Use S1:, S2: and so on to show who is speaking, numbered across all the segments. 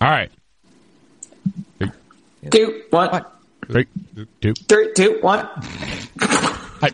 S1: All right.
S2: Two, one,
S1: Three, two,
S2: three, two, one,
S1: I-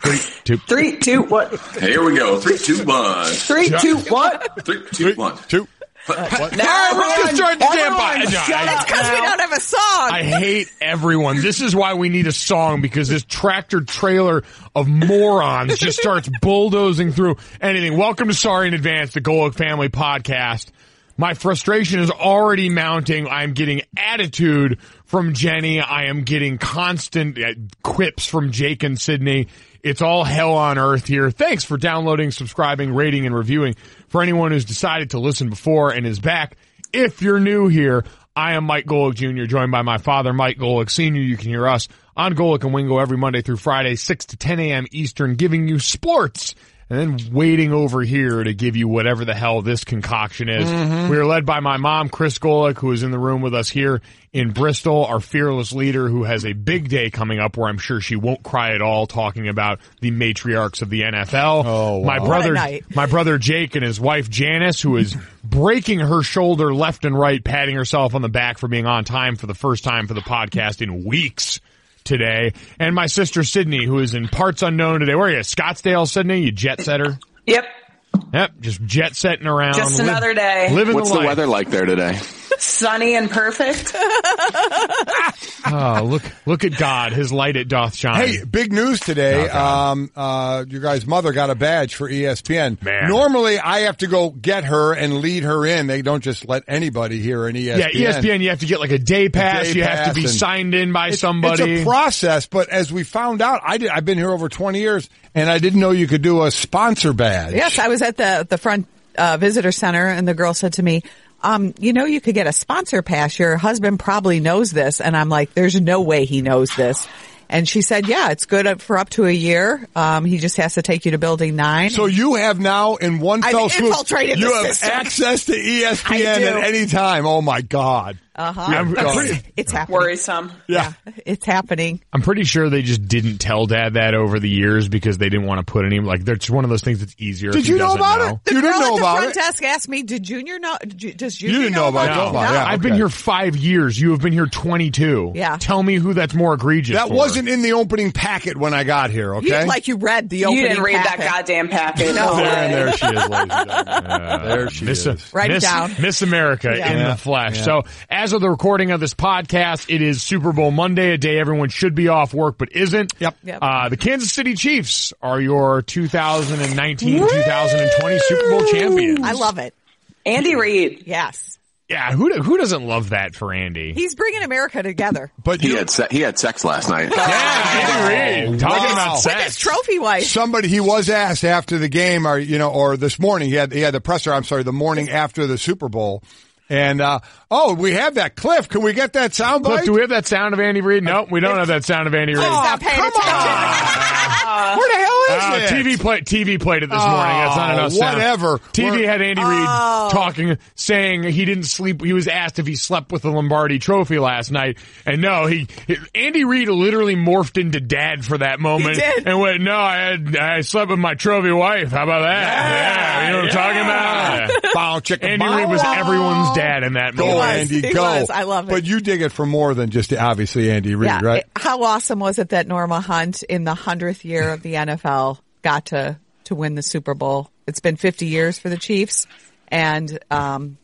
S1: three, two,
S2: three, two, one,
S3: Here we go. Three, two, one.
S2: three, two, one.
S3: Three,
S1: three,
S3: two, one.
S1: two.
S2: Now
S1: We're just trying to stand by.
S2: everyone
S1: No,
S2: shut
S1: I-
S2: up
S4: Because we
S2: now.
S4: don't have a song.
S1: I hate everyone. This is why we need a song because this tractor trailer of morons just starts bulldozing through anything. Welcome to Sorry in Advance, the Golick Family Podcast. My frustration is already mounting. I'm getting attitude from Jenny. I am getting constant uh, quips from Jake and Sydney. It's all hell on earth here. Thanks for downloading, subscribing, rating, and reviewing. For anyone who's decided to listen before and is back, if you're new here, I am Mike Golick Jr., joined by my father, Mike Golick Sr. You can hear us on Golick and Wingo every Monday through Friday, 6 to 10 a.m. Eastern, giving you sports and then waiting over here to give you whatever the hell this concoction is. We are led by my mom, Chris Golick, who is in the room with us here in Bristol, our fearless leader who has a big day coming up where I'm sure she won't cry at all talking about the matriarchs of the NFL. Oh, My brother,
S4: night.
S1: my brother Jake and his wife Janice, who is breaking her shoulder left and right, patting herself on the back for being on time for the first time for the podcast in weeks today. And my sister Sydney, who is in parts unknown today. Where are you? Scottsdale, Sydney? You jet setter?
S2: Yep.
S1: Yep, just jet setting around.
S2: Just another day.
S1: Living
S3: What's
S1: the
S3: the
S1: life.
S3: weather like there today?
S2: Sunny and perfect.
S1: Oh, look, look at God. His light it doth shine.
S5: Hey, big news today. Um, uh, your guys' mother got a badge for E ESPN.
S1: Man.
S5: Normally, I have to go get her and lead her in. They don't just let anybody here in E ESPN.
S1: yeah, E ESPN, you have to get like a day pass.
S5: Day
S1: you have to
S5: pass
S1: be
S5: and-
S1: signed in by
S5: It's-
S1: somebody.
S5: It's a process, but as we found out, I did, I've been here over 20 years, and I didn't know you could do a sponsor badge.
S4: Yes, I was at the the front uh, visitor center, and the girl said to me, um, "You know, you could get a sponsor pass. Your husband probably knows this." And I'm like, "There's no way he knows this." And she said, "Yeah, it's good up- for up to a year. Um, he just has to take you to building nine.
S5: So you have now in one
S4: I've
S5: fell swoop,
S4: infiltrated the
S5: you have
S4: system.
S5: access to E ESPN
S4: I do.
S5: at any time. Oh my God. Uh-huh.
S1: I'm pretty-
S4: it's happening.
S2: Worrisome.
S4: Yeah, it's happening.
S1: I'm pretty sure they just didn't tell dad that over the years because they didn't want to put any like that's one of those things that's easier. if
S5: Did
S1: he
S5: you know
S1: doesn't
S5: about it? You
S4: girl
S5: didn't know
S4: at the
S5: about
S4: front
S5: it.
S4: desk asked me, "Did Junior know? Ju- Does Junior
S5: didn't know about
S4: about
S5: it.
S1: No.
S5: Oh, yeah,
S1: I've
S5: okay.
S1: been here five years. You have been here 22.
S4: Yeah.
S1: Tell me who that's more egregious.
S5: That
S1: for.
S5: wasn't in the opening packet when I got here,
S4: You
S5: okay?
S4: like you read the
S2: You
S4: opening.
S2: didn't read that
S4: packet.
S2: goddamn package.
S4: No.
S5: there,
S4: way.
S5: and there she is, ladies and gentlemen. there she
S1: Miss,
S5: is.
S4: Write it
S1: Miss-
S4: down.
S1: Miss America
S4: Yeah.
S1: in
S5: Yeah.
S1: the flesh.
S5: Yeah.
S1: So as of the recording of this podcast, it is Super Bowl Monday, a day everyone should be off work but isn't.
S5: Yep.
S4: Yep.
S1: Uh, the Kansas City Chiefs are your 2019-2020 Super Bowl champions.
S4: I love it.
S2: Andy Reid.
S4: Yes,
S1: Yeah, who do- who doesn't love that for Andy?
S4: he's bringing America together.
S5: But
S3: He
S5: you,
S3: had se- he had sex last night.
S4: Oh,
S1: Yeah, Andy Reid. Talking
S5: Wow.
S1: about
S5: With
S4: With his
S1: sex.
S4: trophy wife.
S5: somebody he was asked after the game, or you know, or this morning he had he had the presser. I'm sorry, the morning after the Super Bowl, and uh, oh, we have that Cliff. Can we get that sound
S1: Cliff,
S5: bite?
S1: do we have that sound of Andy Reid? No, we don't have that sound of Andy Reid.
S4: Stop paying
S5: come
S4: attention.
S5: Where the hell is
S1: Uh,
S5: it?
S1: TV played TV played it this morning. That's not
S5: Oh,
S1: enough. sound.
S5: whatever.
S1: TV
S5: We're-
S1: had Andy Reid
S4: Oh.
S1: talking, saying he didn't sleep. He was asked if he slept with the Lombardi Trophy last night, and no, he Andy Reid literally morphed into dad for that moment
S4: He did.
S1: and went, "No, I had, I slept with my trophy wife. How about that? Yeah, you know what I'm talking about."
S5: Bow, chicka,
S1: Andy
S5: bow.
S1: Reid was everyone's dad in that
S5: Go,
S1: moment.
S4: was.
S5: Andy,
S4: He
S5: go.
S4: was. I love it.
S5: But you dig it for more than just obviously Andy Reid,
S4: Yeah.
S5: right?
S4: How awesome was it that Norma Hunt in the 100th year of the NFL got to, to win the Super Bowl? It's been 50 years for the Chiefs. And, um,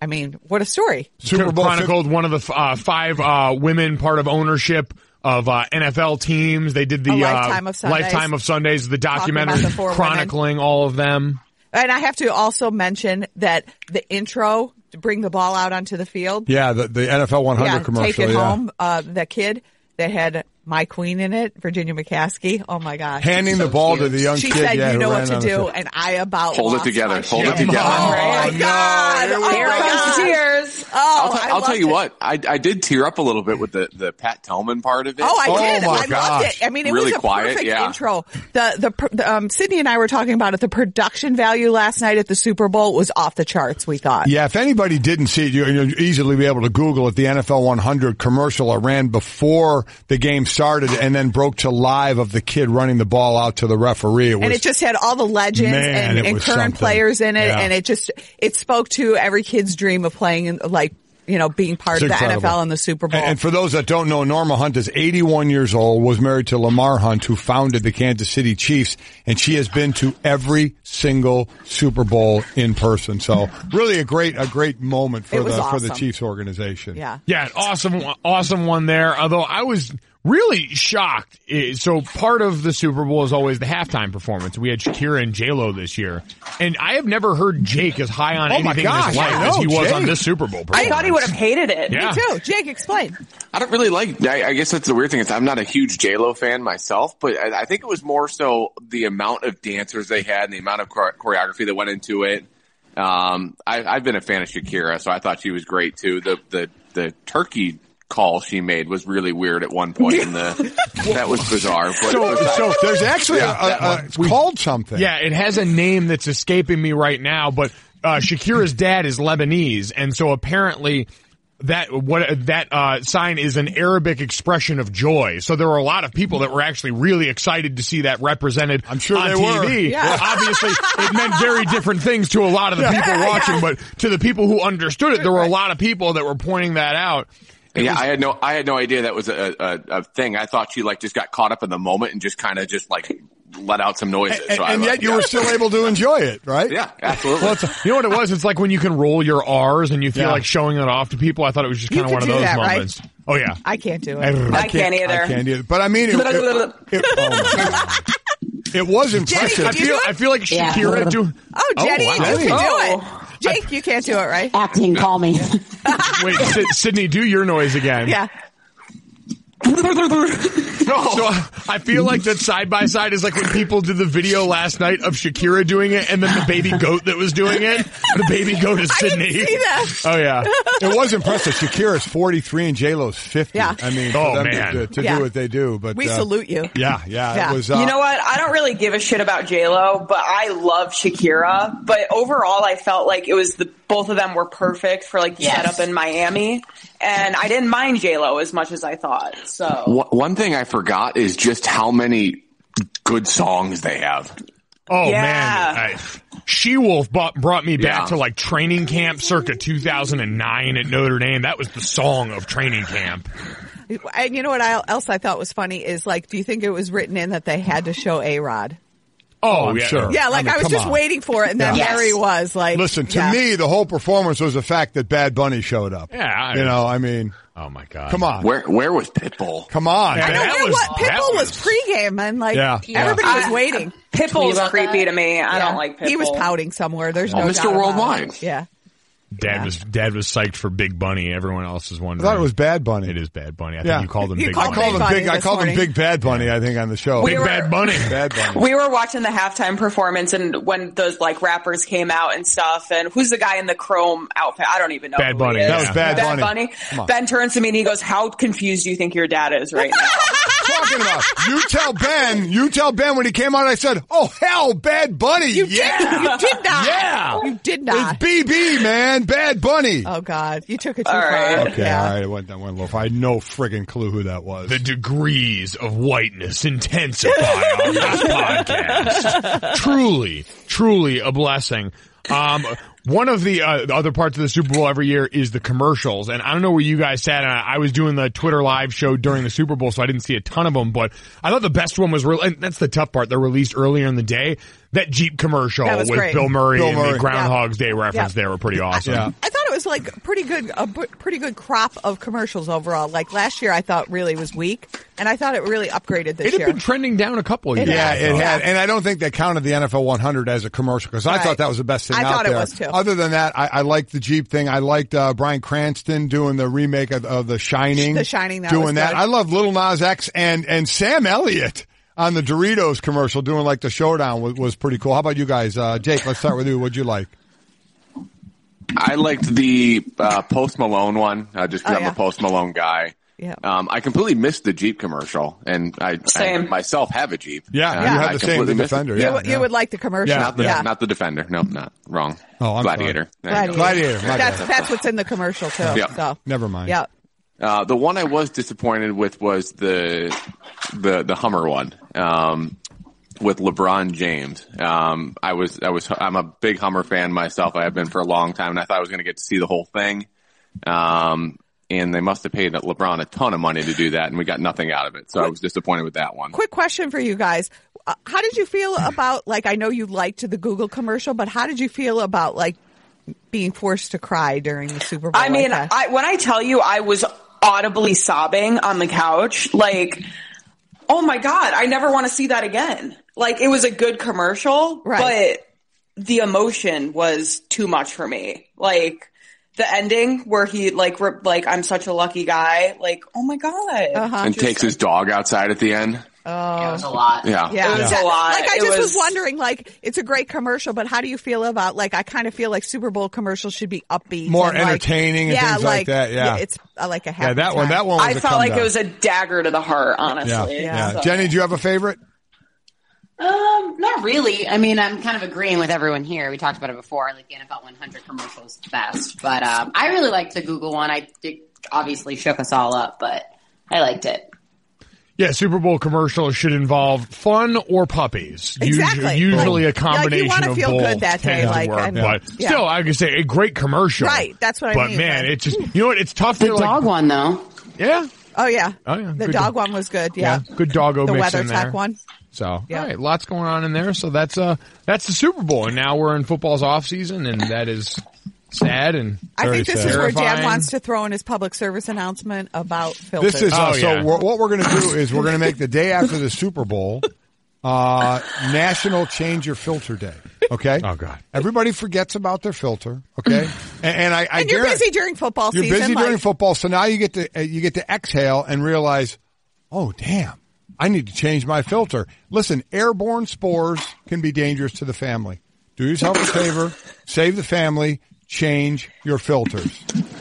S4: I mean, what a story.
S5: Super Bowl
S1: chronicled one of the f- uh, five uh, women part of ownership of uh, NFL teams. They did the
S4: A Lifetime
S1: uh,
S4: of Sundays.
S1: Lifetime of Sundays, the
S4: Talking about
S1: documentary
S4: the four women.
S1: chronicling all of them.
S4: And I have to also mention that the intro to bring the ball out onto the field.
S5: Yeah, the, the NFL 100
S4: Yeah,
S5: commercial.
S4: take it
S5: yeah.
S4: home. Uh, the kid that had my queen in it, Virginia McCaskey. Oh my gosh.
S5: handing the ball to the young
S4: she
S5: kid.
S4: said,
S5: yeah,
S4: "You
S5: who
S4: know
S5: ran
S4: what to
S5: on the
S4: do,"
S5: field.
S4: and I about
S3: Hold it
S4: lost
S3: together.
S4: my
S3: Hold it
S4: shit.
S3: together.
S4: Oh
S2: Oh,
S4: my
S2: no.
S4: god!
S5: Here
S4: Oh
S5: we
S4: my
S2: Here
S5: go.
S2: comes
S4: god!
S2: the tears.
S4: Oh,
S3: I'll, t-
S4: I
S3: I'll tell
S4: loved
S3: you
S4: it.
S3: what, I, I did tear up a little bit with the, the Pat Tillman part of it.
S4: Oh, I
S5: Oh
S4: did.
S5: my
S4: I loved
S5: gosh.
S4: it. I mean, it
S3: Really
S4: was a
S3: quiet,
S4: perfect
S3: yeah.
S4: intro. The, the, pr- the um, Sydney and I were talking about it. The production value last night at the Super Bowl was off the charts. We thought.
S5: Yeah, if anybody didn't see it, you- you'll easily be able to Google it. The NFL 100 commercial that ran before the game started and then broke to live of the kid running the ball out to the referee. It was,
S4: and it just had all the legends
S5: Man, it
S4: and, and
S5: was
S4: current
S5: something.
S4: players in it,
S5: Yeah.
S4: and it just it spoke to every kid's dream of playing and like you know being part
S5: it's
S4: of the
S5: incredible.
S4: NFL and the Super Bowl.
S5: And, and for those that don't know, Norma Hunt is 81 years old, was married to Lamar Hunt, who founded the Kansas City Chiefs, and she has been to every single Super Bowl in person. So really a great, a great moment for
S4: It
S5: the,
S4: was
S5: for the
S4: awesome.
S5: Chiefs organization.
S4: yeah,
S1: Yeah, an awesome, awesome one there. Although I was really shocked. Eh, So part of the Super Bowl is always the halftime performance. We had Shakira and J Lo this year, and I have never heard Jake as high on
S5: Oh my
S1: anything in
S5: gosh,
S1: his life
S5: I
S1: as he
S5: know,
S1: was on
S5: Jake.
S1: this Super Bowl.
S2: I thought he would have hated it.
S1: Yeah.
S4: me too. Jake, explain.
S3: I don't really like. I, I guess that's the weird thing is I'm not a huge J Lo fan myself, but I, I think it was more so the amount of dancers they had and the amount of chore- choreography that went into it. Um, I, I've been a fan of Shakira, so I thought she was great too. The the the turkey call she made was really weird at one point in the that was bizarre. But besides-
S5: So there's actually a,
S3: that
S5: a, a,
S3: one.
S5: it's called something.
S1: Yeah, it has a name that's escaping me right now, but uh, Shakira's dad is Lebanese, and so apparently that what that uh, sign is an Arabic expression of joy. So there were a lot of people that were actually really excited to see that represented.
S5: I'm sure
S1: on
S5: they were.
S1: TV.
S4: Yeah.
S1: Obviously, it meant very different things to a lot of the people watching, but to the people who understood it, there were a lot of people that were pointing that out. It
S3: yeah,
S1: was-
S3: I had no, I had no idea that was a, a, a thing. I thought she like just got caught up in the moment and just kind of just like let out some noises.
S5: And,
S3: I
S5: and
S3: like-
S5: yet you were still able to enjoy it, right?
S3: yeah, absolutely.
S1: well, it's- you know what it was? It's like when you can roll your R's and you feel
S5: Yeah.
S1: like showing it off to people. I thought it was just
S4: You
S1: kind of
S4: could
S1: one of
S4: do
S1: those
S4: that, right?
S1: moments. Oh yeah.
S4: I can't do it.
S5: I
S2: I can't either.
S5: I can't either. But I mean, it, it, it- oh my God. It was impressive.
S1: I
S4: Did you
S1: feel
S4: do it?
S1: I feel like
S6: Yeah.
S1: Shakira do.
S4: Oh, Jenny,
S5: wow.
S4: you can
S2: Oh.
S4: do it. Jake, you can't do it, right?
S6: Acting, call me.
S1: Wait, Sid, Sydney, do your noise again.
S4: Yeah.
S1: So uh, I feel like that side by side is like when people did the video last night of Shakira doing it, and then the baby goat that was doing it. The baby goat is
S4: I
S1: Sydney.
S4: didn't see that.
S1: Oh yeah.
S5: It was impressive. Shakira's 43 and J-Lo's 50.
S4: Yeah.
S5: I mean, for
S1: Oh,
S5: them
S1: man.
S5: to, to
S4: Yeah.
S5: do what they do. But
S4: We
S5: uh,
S4: salute you.
S5: Yeah, yeah.
S4: Yeah.
S5: It was, uh,
S2: you know what? I don't really give a shit about J Lo, but I love Shakira. But overall, I felt like it was the both of them were perfect for like the
S6: Yes.
S2: setup in Miami, and I didn't mind J Lo as much as I thought. So
S3: One- One thing I forgot is just how many good songs they have.
S1: Oh
S2: Yeah.
S1: man. she Wolf brought, brought me back
S3: Yeah.
S1: to like training camp circa 2009 at Notre Dame. That was the song of training camp.
S4: And you know what I- else I thought was funny is like, do you think it was written in that they had to show A Rod?
S1: Oh,
S5: I'm
S1: yeah.
S5: sure.
S4: Yeah, like I,
S5: I mean,
S4: was
S5: come
S4: just
S5: on.
S4: waiting for it, and then
S6: Yeah.
S4: Mary
S6: Yes.
S4: was like,
S5: Listen, to
S4: yeah.
S5: me, the whole performance was the fact that Bad Bunny showed up.
S1: Yeah, I-
S5: you know, I mean,
S1: Oh my god.
S5: come on.
S3: Where where was Pitbull?
S5: Come on.
S1: I
S4: I know
S1: That
S4: where
S1: was-
S4: what
S1: that
S4: Pitbull was,
S1: was-
S4: pregame and like
S5: Yeah.
S4: everybody
S2: Yeah.
S4: was waiting.
S2: Pitbull's
S6: about
S2: creepy
S6: that?
S2: to me. I
S4: Yeah.
S2: don't like Pitbull.
S4: He was pouting somewhere. There's
S3: Oh,
S4: no
S3: Mr.
S4: doubt about
S3: Worldwide.
S4: it. Yeah.
S1: Dad was dad was psyched for Big Bunny. Everyone else is
S5: I
S1: wondering.
S5: thought it was Bad Bunny.
S1: It is Bad Bunny. I
S5: Yeah.
S1: think you called him
S4: You
S1: Big
S4: called
S5: I
S1: Bunny.
S5: called him
S4: Bunny
S5: Big. I
S4: this
S5: called him
S4: morning.
S5: Big Bad Bunny. I think on the show.
S1: Big
S2: We were-
S1: Bad Bunny.
S5: Bad Bunny.
S2: We were watching the halftime performance, and when those like rappers came out and stuff, and who's the guy in the chrome outfit? I don't even know.
S1: Bad
S2: who
S1: Bunny,
S2: he is.
S1: that was
S5: Bad Bunny. Come on.
S2: Bunny. Ben turns to me and he goes, "How confused do you think your dad is right now?"
S5: talking about? You tell Ben. You tell Ben when he came out. I said, "Oh hell, Bad Bunny."
S4: You
S5: yeah,
S4: did. You did not.
S5: Yeah.
S4: You did
S5: it's
S4: not.
S5: BB man, Bad Bunny.
S4: oh God, you took it too
S2: All
S4: far.
S2: right.
S5: okay,
S4: Yeah.
S5: all right. I went that went low. I had no friggin' clue who that was.
S1: The degrees of whiteness intensify on this podcast. Truly, truly a blessing. Um, one of the, uh, the other parts of the Super Bowl every year is the commercials, and I don't know where you guys sat. And I, I was doing the Twitter live show during the Super Bowl, so I didn't see a ton of them. But I thought the best one was, re- and that's the tough part. They're released earlier in the day. That Jeep commercial
S4: That was
S1: with
S4: great.
S1: Bill Murray
S5: Bill
S1: and
S5: Murray.
S1: the Groundhog's Day reference
S4: Yeah.
S1: there were pretty awesome.
S5: yeah.
S4: I thought it was like pretty good, a b- pretty good crop of commercials overall. Like last year, I thought really was weak, and I thought it really upgraded this
S1: It had
S4: year.
S1: been trending down a couple of
S4: It
S1: years.
S5: Yeah,
S1: ago.
S5: it had, and I don't think they counted the NFL 100 as a commercial because I
S4: Right.
S5: thought that was the best thing
S4: I
S5: out
S4: thought it
S5: there.
S4: was, too.
S5: Other than that, I, I liked the Jeep thing. I liked uh, Brian Cranston doing the remake of, of The Shining.
S4: The Shining, that
S5: doing
S4: was
S5: that.
S4: good.
S5: I love Little Nas X and and Sam Elliott on the Doritos commercial doing like the showdown was, was pretty cool. How about you guys, uh, Jake? Let's start with you. What'd you like?
S3: I liked the uh, Post Malone one, uh, just because
S4: Oh,
S3: I'm
S4: yeah.
S3: a Post Malone guy.
S4: Yeah.
S3: Um, I completely missed the Jeep commercial, and I, I
S2: Same.
S3: myself have a Jeep.
S5: Yeah,
S3: Uh,
S5: you had
S3: I
S5: the same,
S3: completely
S5: the
S3: missed it.
S5: Defender,
S4: You,
S5: yeah.
S4: would- you would like the commercial.
S5: Yeah,
S3: Not the,
S5: yeah.
S3: not the defender. No, not wrong.
S5: Oh, I'm
S3: Gladiator. There you go.
S4: Gladiator.
S5: Gladiator, my
S4: That's
S5: bad.
S4: that's what's in the commercial too.
S3: Yeah.
S4: So
S5: Never mind.
S4: Yeah.
S3: Uh, the one I was disappointed with was the the the Hummer one um, with LeBron James. Um, I was I was I'm a big Hummer fan myself. I have been for a long time, and I thought I was going to get to see the whole thing. Um, and they must have paid LeBron a ton of money to do that, and we got nothing out of it. So I was disappointed with that one.
S4: Quick question for you guys. Uh, how did you feel about like I know you liked the Google commercial, but how did you feel about like being forced to cry during the Super Bowl?
S2: I mean,
S4: like that?
S2: I, when I tell you I was audibly sobbing on the couch, like, oh my God, I never want to see that again. Like, it was a good commercial,
S4: Right.
S2: but the emotion was too much for me. Like, the ending where he, like, ripped, like, I'm such a lucky guy. Like, oh my God.
S4: Uh-huh.
S3: and takes his dog outside at the end.
S6: Yeah, it was a lot.
S3: Yeah,
S4: yeah.
S2: It was a lot.
S4: Like I
S2: It
S4: just was,
S2: was-
S4: wondering, like it's a great commercial, but how do you feel about like I kind of feel like Super Bowl commercials should be upbeat,
S5: More
S4: and, like-
S5: entertaining and
S4: yeah,
S5: things like that, yeah.
S4: it's uh, like a happy
S5: Yeah, that one.
S4: time.
S5: That one. Was
S2: I
S5: a
S2: felt
S5: come
S2: like
S5: down.
S2: it was a dagger to the heart,
S5: Yeah,
S2: honestly.
S5: yeah.
S2: So-
S5: Jenny, do you have a favorite?
S6: Um, not really. I mean, I'm kind of agreeing with everyone here. We talked about it before. Like the NFL 100 commercial is the best, but um, I really liked the Google one. I it obviously shook us all up, but I liked it.
S1: Yeah, Super Bowl commercials should involve fun or puppies. Usu-
S4: Exactly.
S1: Usually a
S4: Like,
S1: combination
S4: you wanna
S1: of
S4: feel
S1: both
S4: good that day,
S1: tends to
S4: like,
S1: work,
S4: and-
S1: but
S4: yeah.
S1: still, I could say a great commercial.
S4: Right, that's what I
S1: but
S4: mean,
S1: man,
S4: like-
S1: it's just you know what? It's tough.
S6: The
S1: to, like-
S6: dog one though.
S1: Yeah.
S4: Oh yeah,
S1: Oh, yeah.
S4: The
S1: Good
S4: dog
S1: dog.
S4: one was good.
S1: Yeah.
S4: Yeah,
S1: Good doggo
S4: the
S1: mix
S4: weather
S1: in
S4: tech
S1: there.
S4: one.
S1: So,
S4: Yeah.
S1: all right, lots going on in there. So that's uh that's the Super Bowl, and now we're in football's off season, and that is sad and
S4: I
S5: Very
S4: think this
S5: sad.
S4: is where Jam
S1: Terrifying.
S4: wants to throw in his public service announcement about filters.
S5: This is
S1: Oh,
S5: uh, so.
S1: yeah.
S5: We're, what we're going to do is we're going to make the day after the Super Bowl uh, National Change Your Filter Day. Okay.
S1: Oh, God. Mm.
S5: Everybody forgets about their filter. Okay. And, and I, I
S4: and you're
S5: guarantee-
S4: busy during football
S5: You're
S4: season.
S5: busy during
S4: like-
S5: football, so now you get to uh, you get to exhale and realize, oh damn, I need to change my filter. Listen, airborne spores can be dangerous to the family. Do yourself a favor, save the family, change your filters.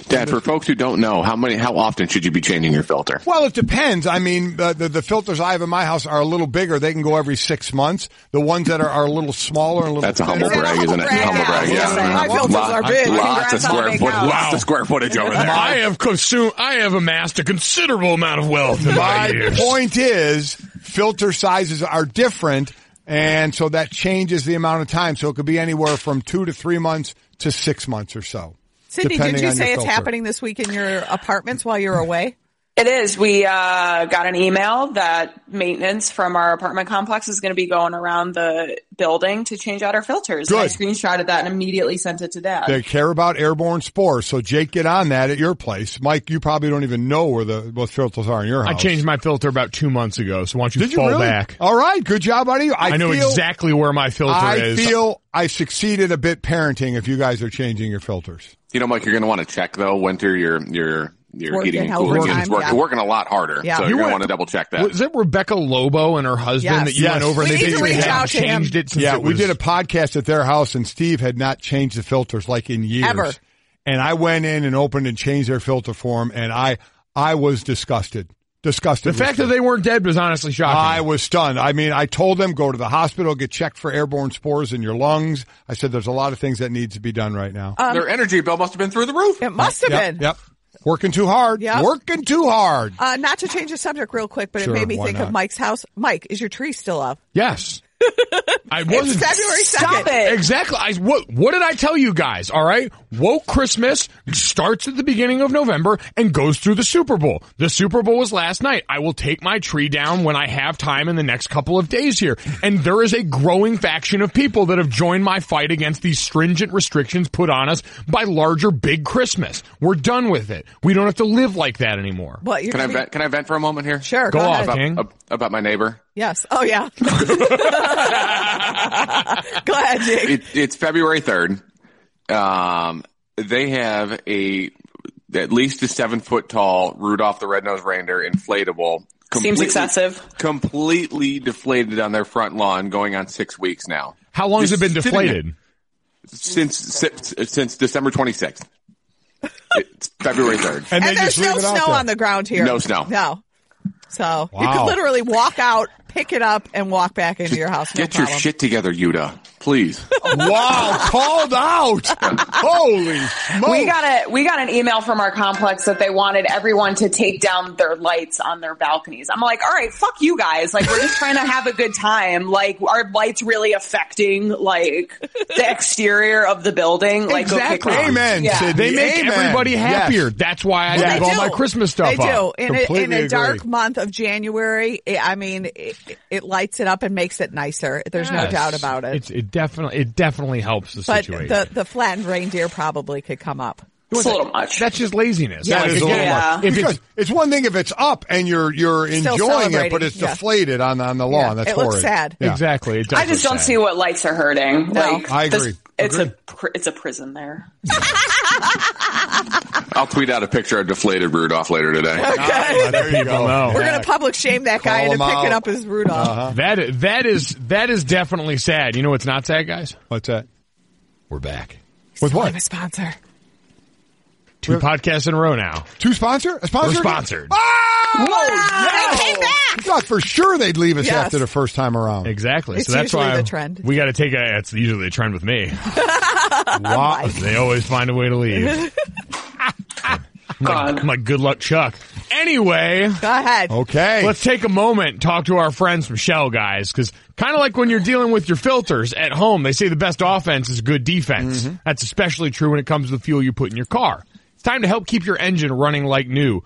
S3: Dad. For folks who don't know, how many, how often should you be changing your filter?
S5: Well, it depends. I mean, uh, the, the filters I have in my house are a little bigger. They can go every six months. The ones that are, are a little smaller, a little
S3: That's a humble
S5: thinner-
S3: brag, isn't it?
S4: Brag,
S3: Humble
S4: yeah.
S3: brag, yeah. Mm-hmm.
S4: Yeah. My filters are big.
S3: Lots
S4: Congrats on
S3: of square
S4: big
S3: foot,
S4: house.
S3: lots of square footage over there.
S1: I have consumed. I have amassed a considerable amount of wealth in my,
S5: My
S1: years.
S5: point is, filter sizes are different, and so that changes the amount of time. So it could be anywhere from two to three months to six months or so.
S4: Sydney,
S5: depending
S4: did you
S5: on your
S4: say it's
S5: filter.
S4: happening this week in your apartments while you're away?
S2: It is. We uh, got an email that maintenance from our apartment complex is going to be going around the building to change out our filters. And I
S5: Good.
S2: screenshotted that and immediately sent it to Dad.
S5: They care about airborne spores, so Jake, get on that at your place. Mike, you probably don't even know where the what filters are in your
S1: I
S5: house.
S1: changed my filter about two months ago, so why don't you
S5: Did you
S1: fall
S5: really?
S1: back?
S5: All right, good job out of you. I,
S1: I know
S5: feel,
S1: exactly where my filter
S5: I
S1: is.
S5: feel I succeeded a bit parenting. If you guys are changing your filters,
S3: You know, Mike, you're going to want to check though. Winter, your your your
S4: Working
S3: heating and
S4: how
S3: cooling
S4: overtime,
S3: is working,
S4: yeah.
S3: working a lot harder.
S4: Yeah.
S3: So
S4: You
S3: you're going
S1: went-
S3: to want to double check that.
S1: Was it Rebecca Lobo and her husband
S4: Yes.
S1: that you
S5: Yes.
S1: went over and
S4: We
S1: they
S4: need to
S1: basically
S4: reach out
S1: have
S4: to him.
S1: changed it since
S5: yeah,
S1: it
S5: we
S1: was-
S5: did a podcast at their house, and Steve had not changed the filters like in years.
S4: Ever.
S5: And I went in and opened and changed their filter for him, and I I was disgusted. Disgusted.
S1: The fact that they weren't dead was honestly shocking.
S5: I was stunned. I mean, I told them go to the hospital, get checked for airborne spores in your lungs. I said there's a lot of things that needs to be done right now.
S3: Their energy bill must have been through the roof.
S4: It must have
S5: yep,
S4: been.
S5: yep. Working too hard.
S4: Yep.
S5: Working too hard.
S4: Uh, not to change the subject real quick, but
S5: Sure,
S4: it made me
S5: why
S4: think
S5: not?
S4: of Mike's house. Mike, is your tree still up?
S1: yes. I wasn't
S4: February
S2: Stop
S4: 2nd.
S2: it.
S1: Exactly. I, what what did I tell you guys? All right, woke Christmas starts at the beginning of November and goes through the Super Bowl. The Super Bowl was last night. I will take my tree down when I have time in the next couple of days here. And there is a growing faction of people that have joined my fight against these stringent restrictions put on us by larger Big Christmas. We're done with it. We don't have to live like that anymore.
S4: What, your
S3: Can I
S4: tree-
S3: vent? Can I vent for a moment here?
S4: Sure,
S1: Go
S4: go
S1: off,
S4: ahead.
S1: Ed. King?
S3: About, ab- about my neighbor.
S4: Yes. Oh, yeah. go ahead, Jake.
S3: It, it's February third. Um, they have a at least a seven foot tall Rudolph the Red Nosed Reindeer inflatable.
S2: Seems
S3: completely-
S2: excessive.
S3: Completely deflated on their front lawn, going on six weeks now.
S1: How long has it
S3: Just
S1: been
S3: sitting there.
S1: deflated?
S3: since since, since December 26th. It's February 3rd.
S5: And,
S4: And,
S5: they just
S4: there's
S5: leave
S4: no
S5: it out
S4: snow
S5: there.
S4: on the ground here.
S3: No snow.
S4: No. So you
S5: Wow.
S4: could literally walk out, pick it up, and walk back into your house. No
S3: Get your
S4: problem.
S3: shit together, Yuta. Please.
S5: Wow, called out. Holy smoke.
S2: We got a we got an email from our complex that they wanted everyone to take down their lights on their balconies. I'm like, all right, fuck you guys. Like we're just trying to have a good time. Like are lights really affecting like the exterior of the building? Like go kick
S1: Exactly.
S2: rocks.
S5: Amen,
S2: Yeah.
S5: Sydney.
S1: They make
S5: Amen.
S1: everybody
S5: Yes.
S1: happier. That's why I
S5: Well,
S1: have
S5: they
S1: all
S5: do.
S1: my Christmas stuff
S4: They do
S1: up.
S4: in a, in
S5: Completely
S4: a
S5: agree.
S4: dark month of January. i I mean, it, it lights it up and makes it nicer. There's no
S1: Yes.
S4: doubt about it.
S1: It's, it definitely it definitely helps the
S4: but
S1: situation.
S4: the the flattened reindeer probably could come up.
S2: It's a little much.
S1: That's just laziness.
S4: Yeah,
S1: Like,
S5: That is a
S1: again,
S5: little
S2: Yeah.
S5: much.
S1: If
S5: Because
S1: it's
S5: it's, one thing if it's up and you're you're
S4: Still
S5: enjoying it, but
S4: celebrating,
S5: it's
S4: yeah.
S5: deflated on on the lawn.
S4: Yeah,
S5: That's
S4: it looks
S5: horrid.
S4: sad.
S5: Yeah.
S1: exactly, it does
S2: I just
S1: look
S2: don't
S1: sad.
S2: see what lights are hurting.
S4: No.
S2: Like
S5: I
S2: this-
S5: agree.
S2: it's
S5: Agree.
S2: a pr- it's a prison there.
S3: I'll tweet out a picture of deflated Rudolph later today.
S5: Ah, there you go.
S1: know.
S4: We're gonna public shame that guy
S5: Call
S4: into
S5: him
S4: picking
S5: out.
S4: up his Rudolph.
S1: That that is that is definitely sad. You know what's not sad, guys?
S5: What's that?
S1: We're back.
S5: With
S4: I'm
S5: what?
S4: a sponsor.
S1: Two podcasts in a row now.
S5: Two sponsor? A sponsor?
S1: We're
S5: again?
S1: sponsored.
S5: Ah!
S4: Wow. They came back.
S5: Thought for sure they'd leave us
S4: Yes.
S5: after the first time around.
S1: Exactly.
S4: It's
S1: so that's
S4: usually
S1: why
S4: the trend.
S1: we got to take a. It's usually the trend with me.
S5: Wow.
S1: They always find a way to leave.
S2: God.
S1: My good luck, Chuck. Anyway,
S4: Go ahead.
S5: Okay.
S1: let's take a moment and talk to our friends from Shell, guys, because kind of like when you're dealing with your filters at home, they say the best offense is good defense. That's especially true when it comes to the fuel you put in your car. It's time to help keep your engine running like new.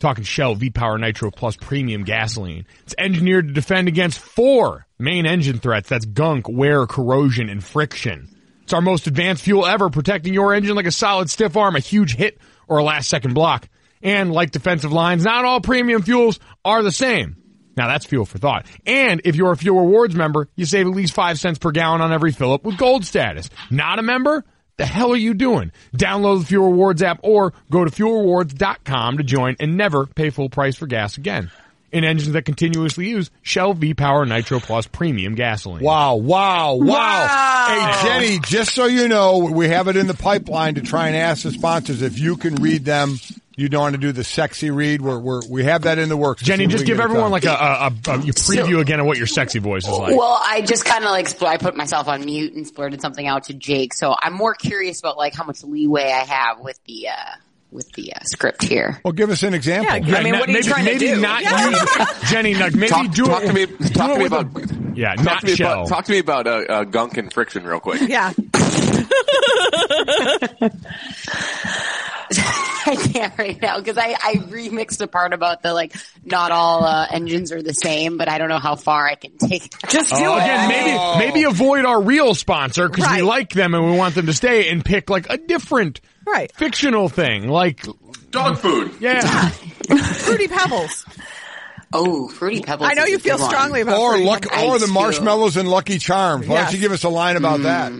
S1: Talking Shell V Power Nitro Plus Premium Gasoline. It's engineered to defend against four main engine threats. That's gunk, wear, corrosion, and friction. It's our most advanced fuel ever, protecting your engine like a solid stiff arm, a huge hit, or a last second block. And like defensive lines, not all premium fuels are the same. Now that's fuel for thought. And if you're a Fuel Rewards member, you save at least 5 cents per gallon on every fill up with gold status. Not a member? The hell are you doing? Download the Fuel Rewards app or go to fuelrewards.com to join and never pay full price for gas again. In engines that continuously use Shell V Power Nitro Plus Premium Gasoline.
S5: Wow, wow, wow,
S2: Wow.
S5: Hey, Jenny, just so you know, we have it in the pipeline to try and ask the sponsors if you can read them. You don't want to do the sexy read. We're, we're, we have that in the works.
S1: Jenny,
S5: See if
S1: just
S5: we can
S1: give
S5: get it uh,
S1: everyone
S5: done.
S1: like a, a, a, a you preview again of what your sexy voice is like.
S6: Well, I just kind of like spl- I put myself on mute and splurted something out to Jake, so I'm more curious about like how much leeway I have with the uh with the uh, script here.
S5: Well, give us an example.
S4: Yeah,
S1: Yeah,
S2: I mean,
S1: not-
S2: what are you
S1: maybe,
S2: trying to
S1: maybe
S2: do?
S1: Not
S4: Yeah.
S1: use- Jenny. Like, maybe
S3: Talk,
S1: do
S3: talk
S1: it.
S3: to me.
S1: do
S3: Talk
S1: it
S3: to me
S1: with a-
S3: about.
S1: yeah,
S3: talk
S1: not
S3: to me
S1: shell.
S3: About, talk to me about uh, uh, gunk and friction real quick.
S4: Yeah.
S6: I can't right now because I I remixed a part about the like not all uh, engines are the same, but I don't know how far I can take.
S2: Just do
S1: Oh,
S2: it.
S1: again,
S2: I mean,
S1: maybe maybe avoid our real sponsor because we
S4: Right.
S1: like them and we want them to stay, and pick like a different
S4: Right.
S1: fictional thing. Like,
S3: Dog food.
S1: yeah,
S4: Fruity Pebbles.
S6: oh, fruity pebbles!
S4: I know
S6: is
S4: you
S6: a
S4: feel
S6: good one.
S4: strongly about
S5: or
S4: Fruity
S5: luck,
S4: Pebbles.
S5: or the
S6: Ice
S5: marshmallows and Lucky Charms. Why don't
S4: Yes.
S5: you give us a line about that?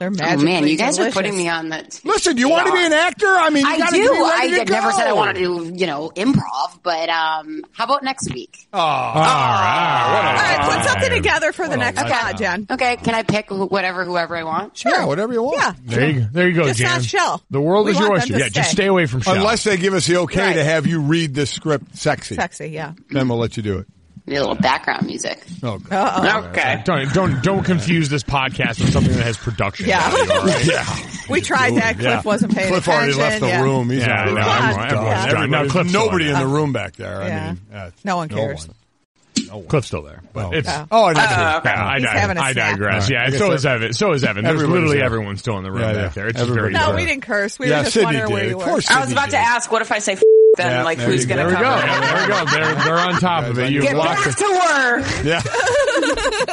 S4: They're
S6: Oh
S4: magically
S6: man, you guys
S4: delicious.
S6: are putting me on that.
S5: Listen, you want to be an actor? I mean, you
S6: I
S5: gotta
S6: do.
S5: Be ready
S6: I
S5: to
S6: never
S5: go.
S6: said I want to do, you know, improv, but um, how about next week?
S5: Oh.
S1: all right.
S4: All right, put something together for the next
S6: Okay.
S4: pod, Jen.
S6: Okay, can I pick wh- whatever whoever I want?
S5: Yeah, whatever you want.
S4: Yeah.
S1: There you, there you go,
S4: Just
S1: Jan.
S4: not Shell.
S1: The world
S4: We
S1: is your
S4: want them
S1: oyster.
S4: to
S1: Yeah, just
S4: stay.
S1: stay away from Shell.
S5: Unless they give us the okay
S4: Right.
S5: to have you read this script sexy,
S4: Sexy, yeah.
S5: then we'll let you do it.
S6: Need a little background music.
S5: Oh, God.
S2: Okay.
S1: don't don't don't confuse this podcast with something that has production.
S4: Yeah.
S1: value, all right? yeah.
S4: We tried that. Cliff
S1: Yeah.
S4: wasn't paying
S5: Cliff already
S4: attention.
S5: left the
S4: yeah.
S5: room. He's
S1: Yeah,
S5: not
S1: I know.
S5: around.
S4: Everyone- everyone's
S5: Everybody-
S1: done. No, Cliff's
S5: nobody
S1: still
S5: in the
S1: there.
S5: room back there. I
S4: Yeah.
S5: mean, uh,
S4: No one cares.
S1: Cliff's still there, but
S5: Oh.
S1: it's.
S5: Oh, I didn't
S2: Uh,
S5: see.
S2: okay.
S1: Yeah, I,
S4: He's
S1: dig-
S4: having a
S1: I
S4: snack.
S1: digress.
S5: All right.
S1: Yeah,
S5: I
S1: and
S5: guess
S1: so
S5: that-
S1: is Evan. So is Evan. There's
S5: Everybody's
S1: literally
S5: there.
S1: everyone still in the room
S5: Yeah, yeah.
S1: back there. It's just
S5: Everybody's
S1: very
S5: there.
S4: No,
S1: dark.
S4: we didn't curse. We
S5: Yeah,
S4: were just
S5: Sydney
S4: wondering where
S5: did.
S4: you
S5: Of
S4: were.
S5: course.
S2: I was about to
S5: Did you?
S2: ask, what if I say f- then?
S5: Yeah,
S2: like,
S5: there
S2: who's
S5: you go.
S2: going
S1: There
S2: to
S1: we go.
S2: cover?
S1: Yeah,
S2: it?
S1: There we go. They're, they're on top of it.
S5: Guys, I
S1: You've
S5: know.
S1: locked
S2: Back to work.
S5: Yeah.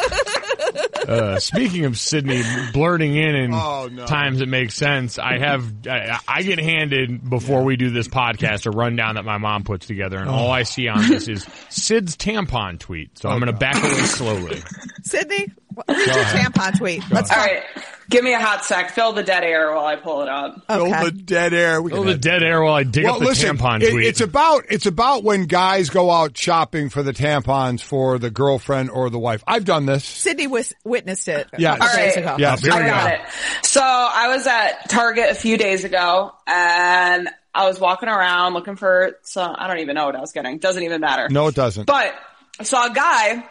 S1: Uh, speaking of Sydney blurting in and
S5: Oh, no.
S1: times it makes sense, I have I, I get handed before we do this podcast a rundown that my mom puts together, and all I see on this is Sid's tampon tweet. So I'm going to back away slowly.
S4: Sydney, Read your tampon tweet. Let's
S2: All
S4: go.
S2: right, give me a hot sec. Fill the dead air while I pull it up.
S5: Fill
S4: Okay.
S5: the dead air. We
S1: Fill
S5: can
S1: the
S5: have-
S1: dead air while I dig
S5: well,
S1: up the
S5: listen,
S1: tampon
S5: it-
S1: tweet.
S5: it's about it's about when guys go out shopping for the tampons for the girlfriend or the wife. I've done this.
S4: Sydney wis- witnessed it. A
S5: Yeah.
S4: couple
S5: All
S4: days
S2: right.
S4: ago.
S5: Yeah, here
S2: I
S5: we
S2: got
S5: go.
S2: it. So I was at Target a few days ago and I was walking around looking for some, I don't even know what I was getting. Doesn't even matter.
S5: No, it doesn't.
S2: But I saw a guy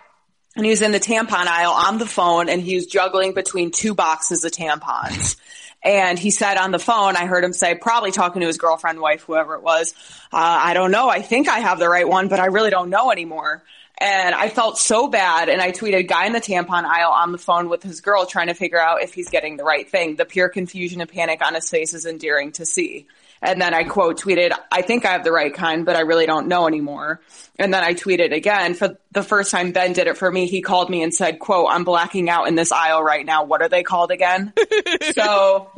S2: and he was in the tampon aisle on the phone and he was juggling between two boxes of tampons. And he said on the phone, I heard him say, probably talking to his girlfriend, wife, whoever it was, uh, I don't know. I think I have the right one, but I really don't know anymore. And I felt so bad. And I tweeted, guy in the tampon aisle on the phone with his girl trying to figure out if he's getting the right thing. The pure confusion and panic on his face is endearing to see. And then I quote tweeted, I think I have the right kind, but I really don't know anymore. And then I tweeted again for the first time Ben did it for me. He called me and said, quote, I'm blacking out in this aisle right now. What are they called again? so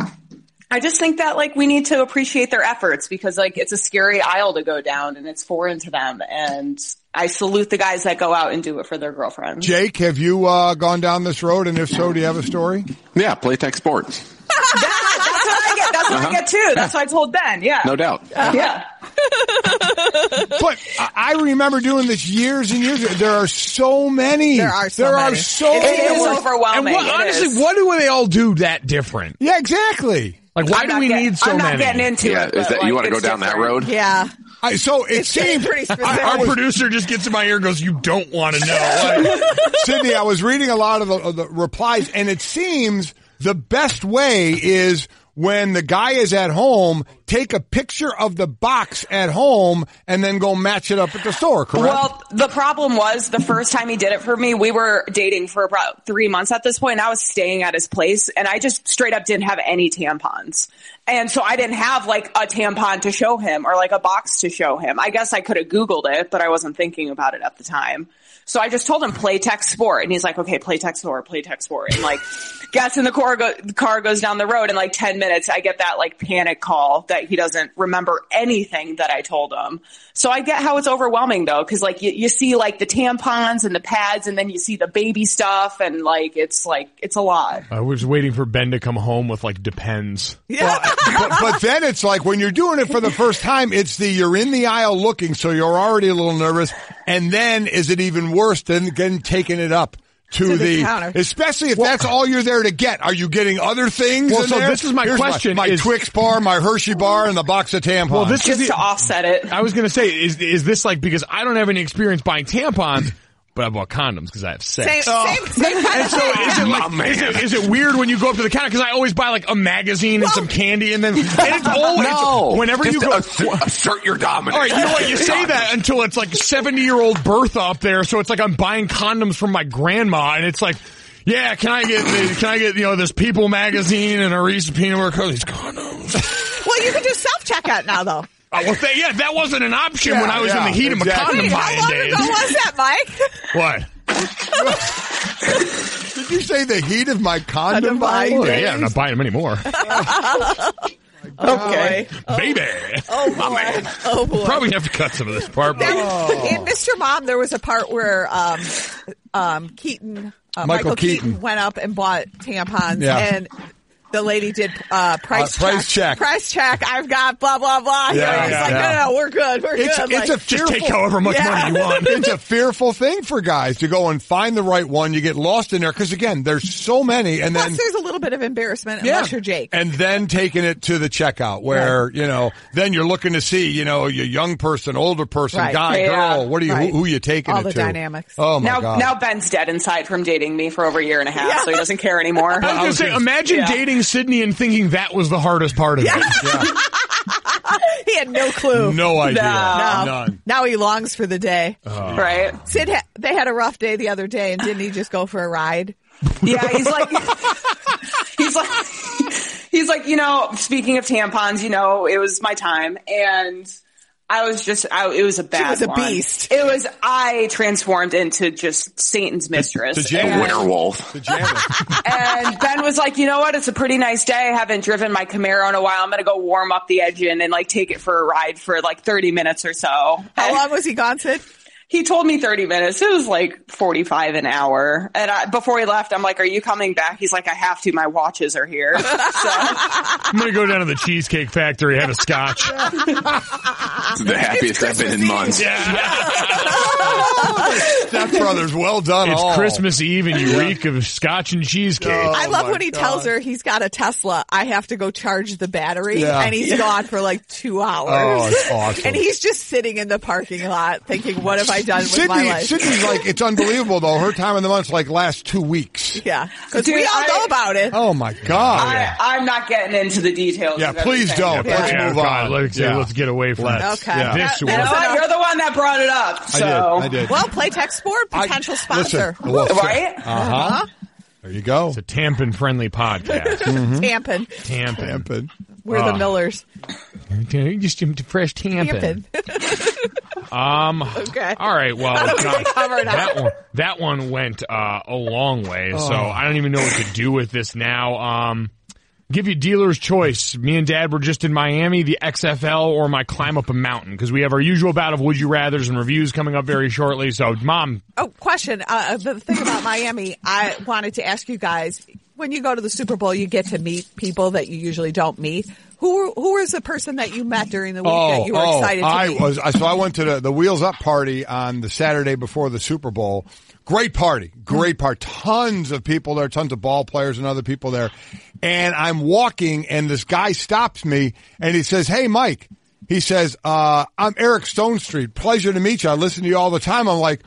S2: I just think that like we need to appreciate their efforts because like it's a scary aisle to go down and it's foreign to them. And I salute the guys that go out and do it for their girlfriends.
S5: Jake, have you uh, gone down this road? And if so, do you have a story?
S3: Yeah, Playtech Sports,
S2: That's what I get. That's
S1: Uh-huh.
S2: what I get too. That's what I told Ben. Yeah.
S3: no doubt.
S2: Yeah.
S5: But I I remember doing this years and years. ago. There are so many.
S4: There are so
S5: there
S4: many.
S5: Are so
S2: It
S5: many.
S2: is
S1: and
S2: overwhelming.
S1: what,
S2: It
S1: honestly,
S2: is.
S1: what do they all do that different?
S5: Yeah, exactly.
S1: Like, why
S2: I'm
S1: do
S2: not
S1: we
S2: get-
S1: need so
S2: I'm not
S1: many?
S2: getting into
S3: Yeah,
S2: it. but,
S3: is that
S2: like,
S3: you want to go
S2: it's
S3: down that
S2: different.
S3: road?
S4: Yeah.
S5: I, so it seemed
S4: pretty specific.
S5: I, I
S1: Our
S5: was,
S1: producer just gets in my ear and goes, "You don't want to know." Like,
S5: Sydney, I was reading a lot of the, of the replies, and it seems the best way is when the guy is at home, take a picture of the box at home, and then go match it up at the store. Correct?
S2: Well, the problem was the first time he did it for me, we were dating for about three months at this point, and I was staying at his place, and I just straight up didn't have any tampons. And so I didn't have like a tampon to show him or like a box to show him. I guess I could have Googled it, but I wasn't thinking about it at the time. So I just told him Playtex Sport, and he's like, okay, Playtex Sport, Playtex Sport, and like gets in the car, go- the car goes down the road, in like ten minutes, I get that like panic call that he doesn't remember anything that I told him. So I get how it's overwhelming though, because like you, you see like the tampons and the pads, and then you see the baby stuff, and like it's like it's a lot.
S1: I was waiting for Ben to come home with like depends.
S5: Well, but, but then it's like when you're doing it for the first time, it's the you're in the aisle looking, so you're already a little nervous. And then is it even worse than getting taking it up to,
S4: To the counter.
S5: especially if that's all you're there to get? Are you getting other things?
S1: Well,
S5: in
S1: so
S5: there?
S1: this is my
S5: Here's
S1: question
S5: My,
S1: is-
S5: Twix bar, my Hershey bar, and the box of tampons.
S1: Well, this
S2: Just
S1: is Oh
S2: to
S1: the,
S2: offset it.
S1: I was gonna say, is is this like because I don't have any experience buying tampons, but I bought condoms because I have sex.
S4: Same,
S5: Oh.
S4: same, same kind of
S1: So
S4: thing.
S1: is it like is it, is it weird when you go up to the counter? Because I always buy like a magazine and some candy, and then and it's always
S3: No,
S1: whenever
S3: just
S1: you go.
S3: assu- assert your dominance.
S1: all right, you know what? You say that until it's like seventy-year-old Bertha up there. So it's like I'm buying condoms from my grandma, and it's like, yeah, can I get the, can I get you know this People magazine and a Reese's peanut butter cup? These condoms.
S4: Well, you can do self checkout now, though.
S1: Oh, well, th- yeah, that wasn't an option when I was
S5: yeah,
S1: in the heat of my
S5: exactly.
S1: condom
S4: Wait, how
S1: buying
S4: long
S1: days.
S4: ago was that, Mike?
S1: What?
S5: Did you say the heat of my condom
S4: Condom buying
S5: buying?
S1: Oh,
S5: days?
S1: yeah, I'm not buying them anymore,
S4: Okay.
S1: baby.
S4: Oh boy. Oh boy.
S1: Probably have to cut some of this part. But.
S4: There- In Mr. Mom, there was a part where um, um, Keaton,
S5: Michael
S4: uh, Michael, Keaton.
S5: Keaton.
S4: went up and bought tampons,
S5: Yeah.
S4: and the lady did uh, price
S5: Uh, price check.
S4: check. Price check. I've got blah blah blah. You know,
S5: Yeah,
S4: he's
S5: yeah,
S4: like,
S5: yeah.
S4: no, no, we're good. We're
S5: It's,
S4: good.
S5: it's
S4: Like,
S5: a fearful,
S1: Just take however much
S4: Yeah.
S1: money you want.
S5: it's a fearful thing for guys to go and find the right one. You get lost in there because again, there's so many, and
S4: plus,
S5: then
S4: there's a little bit of embarrassment unless you're Jake.
S5: And then taking it to the checkout where, you know, then you're looking to see, you know, your young person, older person,
S4: Right.
S5: guy,
S2: Yeah.
S5: girl, what are you,
S4: Right.
S5: who, who you taking
S4: All
S5: it
S4: the
S5: to?
S4: dynamics.
S5: Oh my
S2: now,
S5: God.
S2: now Ben's dead inside from dating me for over a year and a half, so he doesn't care anymore.
S1: I was gonna say, imagine
S2: Yeah.
S1: dating Sydney and thinking that was the hardest part of it.
S4: He had no clue.
S5: no idea.
S2: No.
S5: None.
S4: Now he longs for the day.
S2: right?
S4: Sid, ha- they had a rough day the other day, and didn't he just go for a ride?
S2: Yeah, he's like, he's like, he's like, you know, speaking of tampons, you know, it was my time and I was just, I, it was a bad
S4: was a
S2: one.
S4: beast.
S2: It was, I transformed into just Satan's mistress.
S5: The janitor.
S3: The winter wolf.
S5: The janitor.
S2: and Ben was like, you know what? It's a pretty nice day. I haven't driven my Camaro in a while. I'm going to go warm up the engine and like take it for a ride for like 30 minutes or so.
S4: How long was he gone, Sid?
S2: he told me 30 minutes. It was like 45 an hour. And I, before he left, I'm like, are you coming back? He's like, I have to. My watches are here.
S1: I'm gonna go down to the Cheesecake Factory, have a scotch.
S3: It's the happiest I've been in months.
S5: Step Brothers, well done.
S1: It's
S5: all.
S1: Christmas Eve and you reek of scotch and cheesecake.
S5: Oh,
S4: I love
S5: my
S4: when he
S5: God.
S4: tells her he's got a Tesla. I have to go charge the battery,
S5: Yeah.
S4: and he's gone for like two hours.
S5: Oh, it's awesome.
S4: And he's just sitting in the parking lot thinking, "What have I done with
S5: Sydney,
S4: my life?"
S5: Sydney's like it's unbelievable though. Her time in the month's like last two weeks.
S4: yeah, because
S2: Dude,
S4: we all
S2: I-
S4: know about it.
S5: Oh my god!
S2: I, I'm not getting into the details.
S5: Yeah,
S2: of
S5: please
S2: everything. Uh,
S5: don't.
S4: Yeah.
S5: Let's
S1: Yeah,
S5: move
S1: God,
S5: on.
S1: Let's,
S5: Yeah.
S1: let's get away from
S5: Let's-
S4: Okay.
S5: yeah.
S1: this
S4: That-
S1: one.
S2: You know
S4: that's
S2: what?
S4: enough.
S2: You're the one that brought it up.
S5: I
S2: So.
S5: did. I did.
S4: Well, Playtech Sport potential
S5: I-
S4: sponsor.
S5: Listen, well said.
S2: Right?
S5: Uh-huh. There you go.
S1: It's a Tampin friendly podcast.
S5: Mm-hmm.
S4: Tampin.
S1: Tampin.
S5: Rampant.
S4: We're the
S5: Ah.
S1: Oh.
S4: Millers.
S1: You Just a fresh Tampin.
S4: Tampin.
S1: Um,
S4: Okay.
S1: All right. Well,
S4: I don't
S1: God,
S4: think we covered
S1: that
S4: that.
S1: one that one went uh, a long way. So
S5: Oh.
S1: I don't even know what to do with this now. Um, give you dealer's choice. Me and Dad were just in Miami, the XFL or my climb up a mountain because we have our usual bout of would you rather's and reviews coming up very shortly. So Mom,
S4: Oh, question. Uh, the thing about Miami, I wanted to ask you guys: when you go to the Super Bowl, you get to meet people that you usually don't meet. Who who is the person that you met during the week that you were excited to
S5: Oh, I
S4: meet?
S5: was. I, so I went to the, the Wheels Up party on the Saturday before the Super Bowl. Great party, great party. Tons of people there, tons of ball players and other people there. And I'm walking, and this guy stops me, and he says, "Hey, Mike." He says, uh, "I'm Eric Stone Street. Pleasure to meet you. I listen to you all the time." I'm like.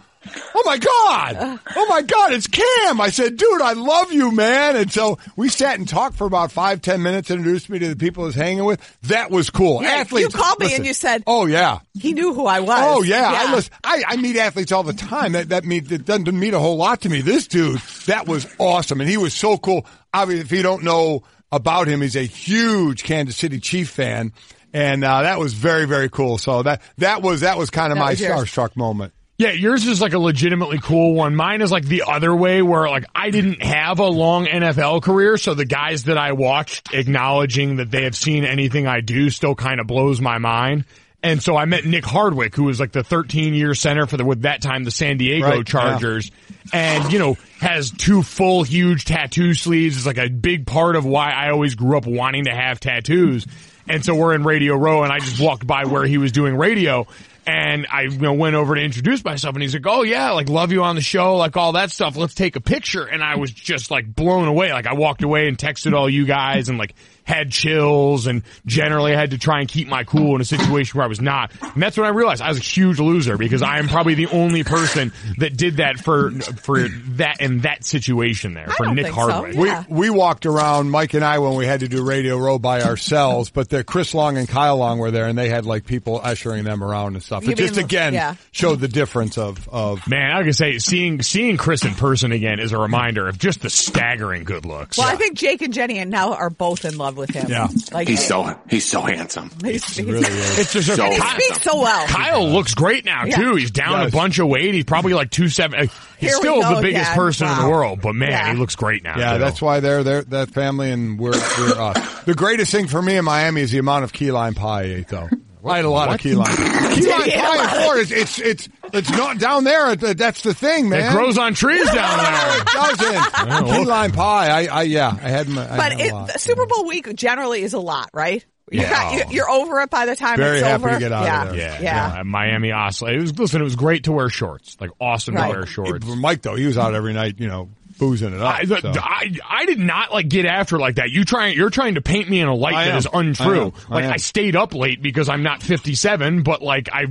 S5: Oh my God! Oh my God! It's Cam. I said, dude, I love you, man. And so we sat and talked for about five, ten minutes. Introduced me to the people I was hanging with. That was cool.
S4: Yeah,
S5: athletes,
S4: you called me and you said-
S5: "Oh yeah,
S4: he knew who I was.
S5: oh yeah." I listen. I, I meet athletes all the time. That that means it doesn't mean a whole lot to me. This dude, that was awesome, and he was so cool. Obviously, if you don't know about him, he's a huge Kansas City Chief fan, and uh, that was very very cool. So that that was that was kind of
S4: That
S5: my
S4: was yours.
S5: starstruck moment.
S1: Yeah, yours is like a legitimately cool one. Mine is like the other way where like I didn't have a long NFL career, so the guys that I watched acknowledging that they have seen anything I do still kind of blows my mind. And so I met Nick Hardwick, who was like the 13 year center for the, with that time, the San Diego
S5: Right, yeah.
S1: Chargers. And, you know, has two full huge tattoo sleeves. It's like a big part of why I always grew up wanting to have tattoos. And so we're in Radio Row and I just walked by where he was doing radio and I you know, went over to introduce myself and he's like, Oh yeah, like love you on the show, like all that stuff. Let's take a picture. And I was just like blown away. Like I walked away and texted all you guys and like had chills and generally had to try and keep my cool in a situation where I was not. And that's when I realized I was a huge loser because I am probably the only person that did that for, for that, in that situation there for
S4: don't
S1: Nick
S4: think so.
S1: Hardwick.
S5: We
S4: Yeah.
S5: we walked around Mike and I when we had to do Radio Row by ourselves, but the Chris Long and Kyle Long were there, and they had like people ushering them around and stuff.
S4: You
S5: It just
S4: mean-
S5: again
S4: yeah.
S5: showed the difference of of
S1: Man, I can say seeing seeing Chris in person again is a reminder of just the staggering good looks.
S4: Well, I think Jake and Jenny and now are both in love with him.
S5: Yeah.
S4: like
S3: He's so he's so handsome. Oh,
S4: he's- he's-
S5: really is.
S1: it's just a,
S3: So-
S4: and he
S1: Kyle,
S4: speaks so well.
S1: Kyle looks great now
S4: Yeah.
S1: too. He's down
S5: Yes.
S1: a bunch of weight. He's probably like two seven. He's
S4: Here we
S1: still
S4: go
S1: the biggest
S4: again.
S1: person in the
S4: Wow.
S1: world, but man,
S4: Yeah.
S1: he looks great now.
S5: Yeah,
S1: too.
S5: that's why they're they're that family, and we're we're us. The greatest thing for me in Miami is the amount of key lime pie I ate, though. I had a lot of key lime. key lime pie in Florida, it's it's it's not down there. It- That's the thing, man.
S1: it grows on trees down there.
S5: It doesn't.
S1: well-
S5: key lime pie. I, I yeah, I had my. I
S4: But
S5: had a
S4: it,
S5: lot.
S4: the Super Bowl week generally is a lot, right? You
S5: Yeah.
S4: got- you- you're over it by the time
S5: Very
S4: it's
S5: happy
S4: over.
S5: to get out
S4: yeah.
S5: of there.
S1: Yeah,
S4: Yeah.
S1: no, Miami Oslo. It was listen. It was great to wear shorts. Like awesome
S4: Right.
S1: to wear shorts.
S5: Hey, Mike though, he was out every night, you know, boozing it up.
S1: I, the-
S5: so.
S1: I I did not like get after it like that. You trying you're trying to paint me in a light
S5: I
S1: that
S5: am.
S1: is untrue.
S5: I am. I
S1: like
S5: am.
S1: I stayed up late because I'm not 57, but like I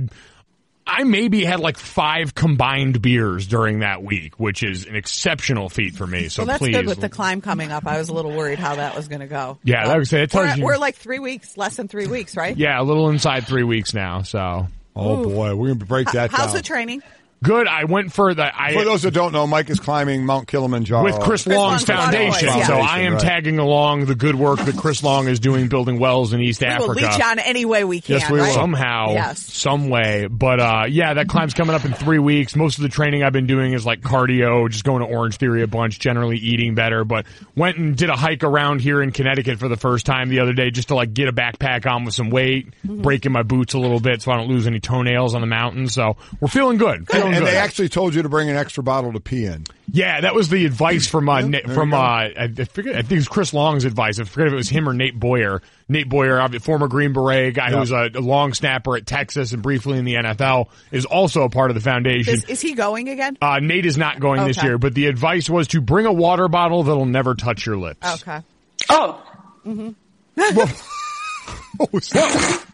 S1: I maybe had like five combined beers during that week, which is an exceptional feat for me. So
S4: Well, that's
S1: please,
S4: good with the climb coming up. I was a little worried how that was going to go.
S1: Yeah, that was- that tells
S4: we're,
S1: you-
S4: we're like three weeks, less than three weeks, right?
S1: yeah, a little inside three weeks now. So
S5: oh boy, we're gonna break that
S4: How's
S5: down.
S4: the training?
S1: Good. I went for the I
S5: For those that don't know, Mike is climbing Mount Kilimanjaro
S1: with Chris,
S4: Oh. Chris
S1: Long's
S4: Long's
S1: foundation.
S4: foundation,
S1: So
S5: yeah.
S1: I am
S5: Right.
S1: tagging along the good work that Chris Long is doing building wells in East
S4: We will
S1: Africa.
S4: leech on any way we can.
S1: Yes, we will.
S4: right?
S1: somehow,
S4: Yes.
S1: some way. But uh, yeah, that climb's coming up in three weeks. Most of the training I've been doing is like cardio, just going to Orange Theory a bunch, generally eating better. But went and did a hike around here in Connecticut for the first time the other day, just to like get a backpack on with some weight,
S4: Mm-hmm.
S1: breaking my boots a little bit so I don't lose any toenails on the mountain. So we're feeling good, feeling
S5: And,
S1: good.
S5: they actually told you to bring an extra bottle to pee in.
S1: Yeah, that was the advice from uh, Na-
S5: there
S1: from
S5: you
S1: uh,
S5: go.
S1: I I forget. I think it was Chris Long's advice. I forget if it was him or Nate Boyer. Nate Boyer, obvi- former Green Beret guy who
S5: Yeah.
S1: was a, a long snapper at Texas and briefly in the NFL, is also a part of the foundation.
S4: Is, is he going again?
S1: uh, Nate is not going this
S4: Okay.
S1: year, but the advice was to bring a water bottle that'll never touch your lips.
S4: Okay.
S2: Oh,
S5: What was that?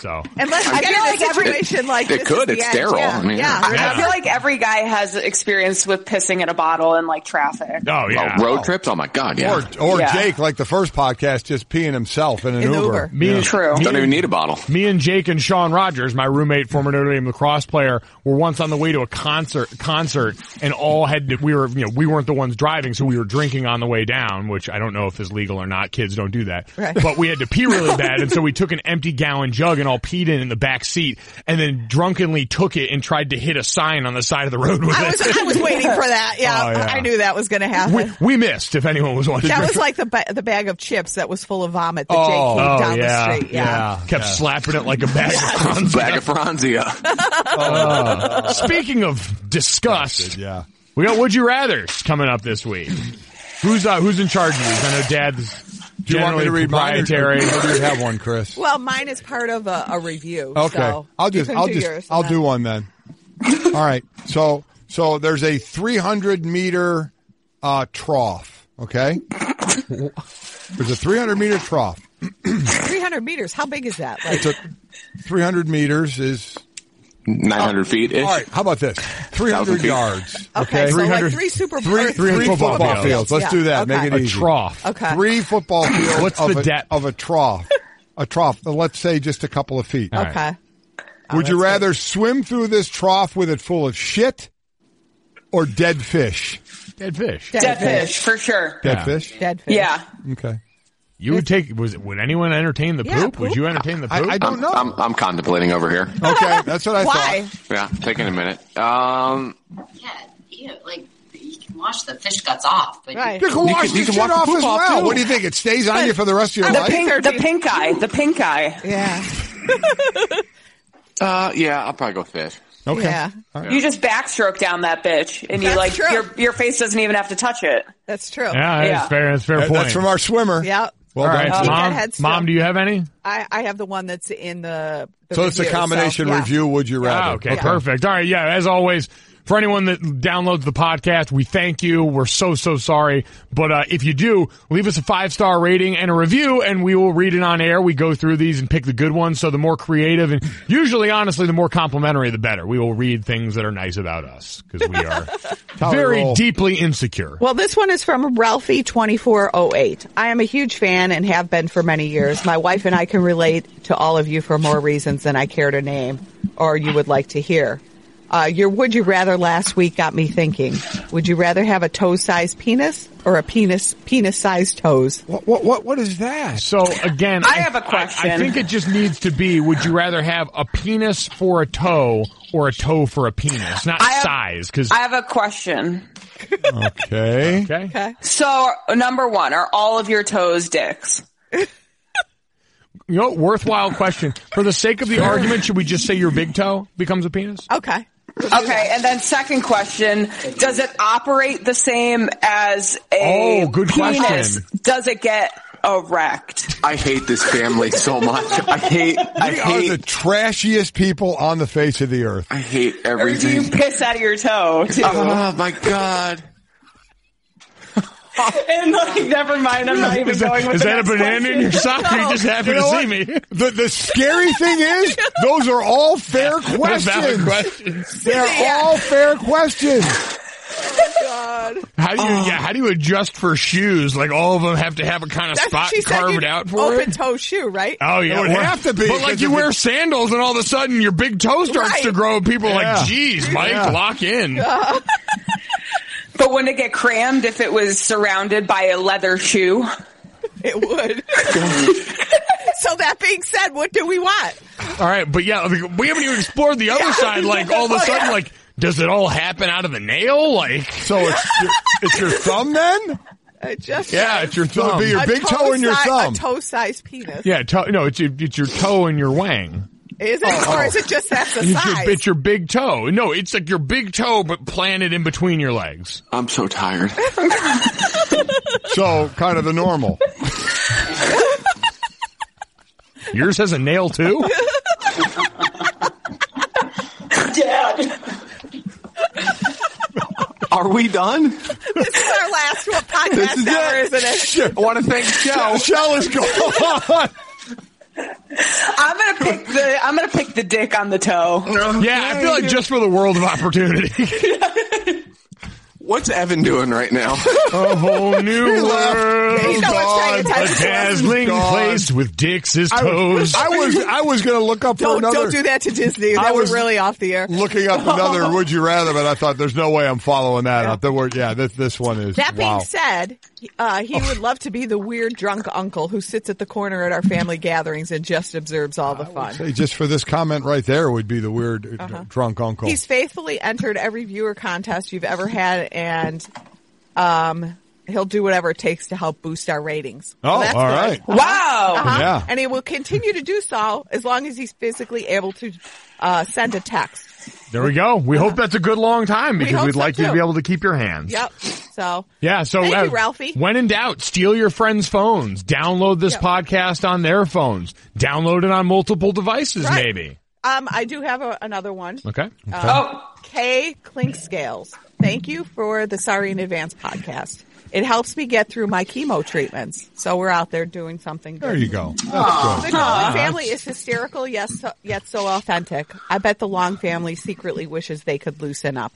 S1: So
S4: Unless
S2: feel
S4: I get in
S2: like
S4: a
S2: every-
S4: situation like
S3: It
S4: this
S3: could.
S4: is the
S3: It's
S4: end.
S3: sterile.
S4: Yeah.
S3: I mean,
S4: yeah.
S3: yeah.
S2: I feel like every guy has experience with pissing in a bottle and like traffic.
S1: oh yeah,
S3: Oh, road trips? Oh my god, yeah.
S5: Or, or
S2: Yeah.
S5: Jake, like the first podcast, just peeing himself in an
S4: In the
S5: Uber.
S4: Uber.
S1: me and-
S2: True.
S1: me
S3: Don't
S1: and-
S3: even need a bottle.
S1: me and Jake and Sean Rogers, my roommate, former Notre Dame lacrosse player, were once on the way to a concert concert and all had to, we were you know we weren't the ones driving, so we were drinking on the way down, which I don't know if is legal or not. Kids don't do that,
S4: Right.
S1: but we had to pee really bad, and so we took an empty gallon jug and all peed in in the back seat, and then drunkenly took it and tried to hit a sign on the side of the road with
S4: I
S1: it.
S4: was I was waiting for that. Yeah,
S1: Oh, yeah.
S4: I knew that was going to happen.
S1: we, we missed, if anyone was wondering.
S4: that was like the ba- the bag of chips that was full of vomit that
S5: Oh,
S4: Jake heaved
S1: Oh,
S4: down
S1: yeah,
S4: the street. Yeah.
S1: Kept slapping it like a bag of Franzia.
S3: Bag of Franzia.
S1: Speaking of disgust,
S5: Yeah.
S1: We got Would You Rather's coming up this week. Who's uh, who's in charge of these? I know Dad's
S5: Do you want me
S1: generally
S5: to read mine? or-
S1: proprietary.
S5: or do you have one, Chris?
S4: Well, mine is part of a, a review.
S5: Okay.
S4: so
S5: I'll
S4: you
S5: just
S4: can
S5: I'll
S4: do
S5: just
S4: yours
S5: I'll
S4: and
S5: do
S4: then-
S5: one then. All right. So so there's a 300 meter uh trough, okay? There's a 300 meter trough.
S4: 300 meters. How big is that? Like,
S5: It's a 300 meters is
S3: Nine hundred feet ish.
S5: All right, how about this? 300
S3: feet.
S5: yards.
S4: Okay, so like three Super Bowl-
S5: three,
S4: three
S5: three
S1: football
S5: football,
S1: fields.
S5: fields. Let's
S4: Yeah,
S5: do that.
S4: okay.
S5: Make it
S1: A
S5: easy.
S1: trough.
S4: Okay.
S5: Three football fields
S1: What's
S5: of,
S1: the
S5: a,
S1: depth?
S5: of a trough. A trough. Let's say just a couple of feet.
S1: All right.
S4: okay.
S5: Would you
S4: that's
S5: rather swim through this trough with it full of shit or dead fish?
S1: Dead fish.
S2: Dead fish for sure.
S5: Dead
S1: Yeah.
S5: fish?
S4: Dead fish.
S2: Yeah.
S5: Okay.
S1: You would take. Was it, would anyone entertain the
S4: Yeah,
S1: poop? Would
S4: poop.
S1: you entertain the
S5: I-
S1: poop?
S5: I don't-
S3: I'm,
S5: No.
S3: I'm, I'm contemplating over here.
S1: Oh.
S5: Okay, that's what I
S4: Why?
S5: thought.
S3: Yeah, taking a minute. Um,
S6: Yeah, ew, like you can wash the fish guts off, but
S4: Right.
S5: You can
S3: You
S5: wash
S3: can- you
S5: the
S3: can
S5: shit
S3: wash the
S5: off
S3: poop
S5: as
S3: off,
S5: well.
S3: too.
S5: What do you think? It stays on you for the rest of your
S2: The
S5: life?
S2: pink, the pink eye, the pink eye.
S4: Yeah.
S3: uh, yeah, I'll probably go fish.
S5: okay.
S4: Yeah.
S2: You just backstroke down that bitch, and you
S4: That's
S2: like
S4: true.
S2: your your face doesn't even have to touch it.
S4: That's true.
S1: yeah, that's
S2: Yeah.
S1: fair. That's fair
S5: That-
S1: point.
S5: that's from our swimmer.
S4: Yeah.
S5: Well
S1: All
S5: done.
S1: right,
S4: Keep that
S1: mom.
S4: head still.
S1: Mom, do you have any?
S4: I, I have the one that's in the. the
S5: so it's a
S4: review,
S5: combination
S4: so, yeah.
S5: review, would you rather?
S1: Ah, okay, perfect. All right, yeah. As always, for anyone that downloads the podcast, we thank you. We're so so sorry, but uh, if you do, leave us a five star rating and a review, and we will read it on air. We go through these and pick the good ones. So the more creative and usually, honestly, the more complimentary, the better. We will read things that are nice about us because we are very
S5: roll.
S1: deeply insecure.
S4: Well, this one is from Ralphie2408. I am a huge fan and have been for many years. My wife and I can relate to all of you for more reasons than I care to name or you would like to hear. Uh, your would you rather last week got me thinking. Would you rather have a toe-sized penis or a penis, penis-sized toes?
S5: What, what, what, what is that?
S1: So again,
S2: I have a question.
S1: I, think it just needs to be: Would you rather have a penis for a toe or a toe for a penis? Not
S2: I have-
S1: size, because
S2: I have a question.
S5: Okay.
S1: okay.
S2: So, number one, are all of your toes dicks?
S1: You know, worthwhile question. For the sake of the argument, should we just say your big toe becomes a penis?
S4: Okay.
S2: Okay, and then second question: Does it operate the same as a
S1: Oh, good
S2: penis?
S1: question.
S2: Does it get erect?
S3: I hate this family so much. I hate. I
S5: We are the
S3: hate.
S5: trashiest people on the face of the earth.
S3: I hate
S2: Or do you
S3: everything.
S2: piss out of your toe too?
S1: Uh-huh.
S3: Oh my god.
S2: and like, never mind, I'm not even
S1: Is
S2: going
S1: that,
S2: with
S1: is
S2: the
S1: that a
S2: next
S1: banana in
S2: question.
S1: your sock? or You just happy
S5: You know
S1: to
S5: what?
S1: see me.
S5: The the scary thing is, those are all fair
S1: Valid
S5: questions.
S1: questions.
S5: They're all fair questions.
S4: God.
S1: How do you
S5: Um,
S1: yeah? How do you adjust for shoes? Like all of them have to have a kind of
S4: That's
S1: spot
S4: what she said.
S1: carved
S4: you'd
S1: out for
S4: Open
S1: it.
S4: toe shoe, right?
S1: Oh yeah,
S5: It would
S1: well,
S5: have to be,
S1: But
S5: because
S1: like you
S5: if
S1: wear
S5: it-
S1: sandals, and all of a sudden your big toe starts
S4: Right.
S1: to grow. and People are
S5: Yeah.
S1: like, "Geez, Mike,
S5: Yeah.
S1: lock in."
S2: But wouldn't it get crammed if it was surrounded by a leather shoe?
S4: It would. so that being said, what do we want?
S1: All right, but yeah, like, we haven't even explored the other side. Like all of a
S4: Oh,
S1: sudden,
S4: yeah.
S1: like does it all happen out of the nail? Like
S5: So it's your, it's your thumb then?
S4: I just
S1: yeah, it's your
S5: So it'd
S1: thumb.
S5: be your
S4: A
S5: big toe and your
S4: si-
S5: thumb.
S4: A toe sized penis.
S1: yeah, toe, no, it's your, it's your toe and your wang.
S4: Is it, or is it just that's the
S1: It's your, it's
S4: size?
S1: your big toe. No, it's like your big toe, but planted in between your legs.
S3: I'm so tired.
S5: So kind of the normal.
S1: Yours has a nail too.
S3: Are we done?
S4: This is our last one podcast
S5: is
S4: ever,
S5: it.
S4: isn't it?
S5: Shit.
S3: I want to thank Shell.
S5: Shell is gone.
S2: I'm gonna pick the I'm gonna pick the dick on the toe.
S1: Yeah, I feel like just for the world of opportunity,
S3: What's Evan doing right now?
S1: a whole new
S5: left.
S1: world.
S4: He's no one's paying
S1: A
S4: attention to us.
S1: dazzling
S5: Gone.
S1: place with dicks as
S5: I,
S1: toes.
S5: I was I was going to look up for
S4: Don't
S5: another
S4: don't do that to Disney.
S5: I
S4: That was
S5: was-
S4: really off the air.
S5: looking up another would you rather but I thought there's no way I'm following that up. The word yeah, this this one is
S4: That being
S5: wow.
S4: said, uh, he would love to be the weird drunk uncle who sits at the corner at our family gatherings and just observes all the fun.
S5: Say, just for this comment right there would be the weird uh, d- drunk uncle.
S4: He's faithfully entered every viewer contest you've ever had, and um, he'll do whatever it takes to help boost our ratings.
S5: oh, all
S4: that's
S5: right.
S4: good.
S2: Wow.
S4: Uh-huh.
S5: Yeah.
S4: And he will continue to do so as long as he's physically able to uh, send a text.
S1: there we go. We hope that's a good long time because
S4: hope
S1: we would
S4: so,
S1: like you to
S4: too.
S1: be able to keep your hands.
S4: Yep. So
S1: Yeah, so
S4: Thank
S1: uh,
S4: you, Ralphie.
S1: When in doubt, steal your friends' phones. Download this
S4: Yep.
S1: podcast on their phones. Download it on multiple devices,
S4: Right.
S1: maybe.
S4: um, I do have a, another one. Uh,
S1: Okay.
S2: Oh,
S4: Kay Clink Scales. Thank you for the Sorry in Advance podcast. It helps me get through my chemo treatments. So we're out there doing something
S5: there
S4: good.
S5: you go. That's
S4: The
S5: good.
S4: Golden family is hysterical, yes, so, yet so authentic. I bet the Long family secretly wishes they could loosen up.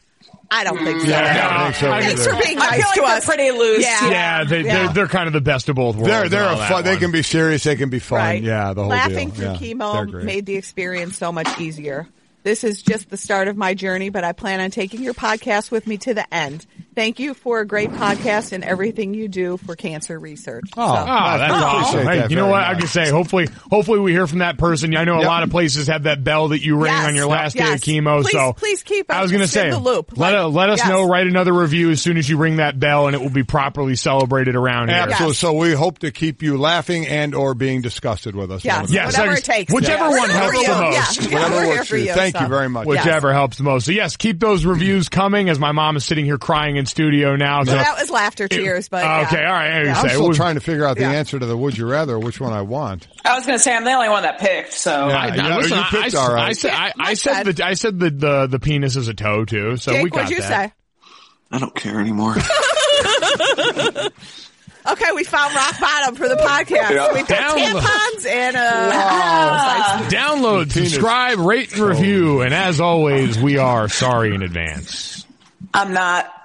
S4: I don't think so.
S5: Yeah, I think so
S4: Thanks
S5: either.
S4: for being
S2: I feel
S4: nice to
S2: like
S4: us.
S2: they're pretty loose.
S4: Yeah.
S1: yeah, they,
S4: Yeah.
S1: They're, they're kind of the best of both worlds.
S5: They're they're
S1: and
S5: a
S1: all that
S5: fun. They
S1: one.
S5: can be serious. They can be fun.
S4: Right.
S5: Yeah, the whole
S4: Laughing
S5: deal.
S4: through
S5: Yeah, they're
S4: chemo
S5: great.
S4: made the experience so much easier. This is just the start of my journey, but I plan on taking your podcast with me to the end. Thank you for a great podcast and everything you do for cancer research.
S5: Oh,
S4: So-
S1: Oh,
S5: I
S1: that's awesome.
S5: appreciate
S1: Hey,
S5: that
S1: you know
S5: very
S1: what? I
S5: much.
S1: can say, hopefully, hopefully we hear from that person. I know a
S5: Yep.
S1: lot of places have that bell that you ring
S4: Yes.
S1: on your last day of
S4: Yes.
S1: chemo.
S4: Please-
S1: so
S4: please keep
S1: I was
S4: us
S1: going to say,
S4: in the loop.
S1: let,
S4: Like,
S1: uh, let us
S4: yes.
S1: know. Write another review as soon as you ring that bell, and it will be properly celebrated around here.
S5: Absolutely.
S4: Yes.
S5: So we hope to keep you laughing and or being disgusted with us.
S4: Yes.
S1: Yes,
S4: whatever
S1: I
S4: it takes.
S1: whichever
S4: Yes.
S1: one
S4: We're
S1: helps
S4: here
S1: the
S4: for you.
S1: most.
S4: Yeah.
S5: Whatever
S4: We're here
S5: works
S4: for
S5: for you.
S4: you.
S5: Thank
S4: so.
S5: you very much.
S4: Yes.
S1: Whichever helps the most. So yes, keep those reviews coming. As my mom is sitting here crying in studio now. So
S4: So that was laughter tears, but yeah.
S1: okay, all right. I was
S5: I'm
S1: gonna say,
S5: still
S1: we-
S5: trying to figure out the
S4: Yeah.
S5: answer to the would you rather, which one I want.
S2: I was gonna say I'm the only one that picked. So
S1: I,
S5: Yeah,
S1: I- listen,
S5: you
S1: I-
S5: picked
S1: I,
S5: all right.
S1: I said, I, I
S4: Yeah,
S1: said
S4: my
S1: the, I said the, the, the penis is a toe too. So we
S4: Jake,
S1: got
S4: what'd you
S1: that.
S4: say?
S3: I don't care anymore.
S4: Okay, we found rock bottom for the podcast.
S3: Yeah.
S4: We got
S1: Down the-
S4: tampons and a wow.
S1: Download,
S5: Penis.
S1: subscribe, rate, and review. And as always, we are sorry in advance.
S2: I'm not.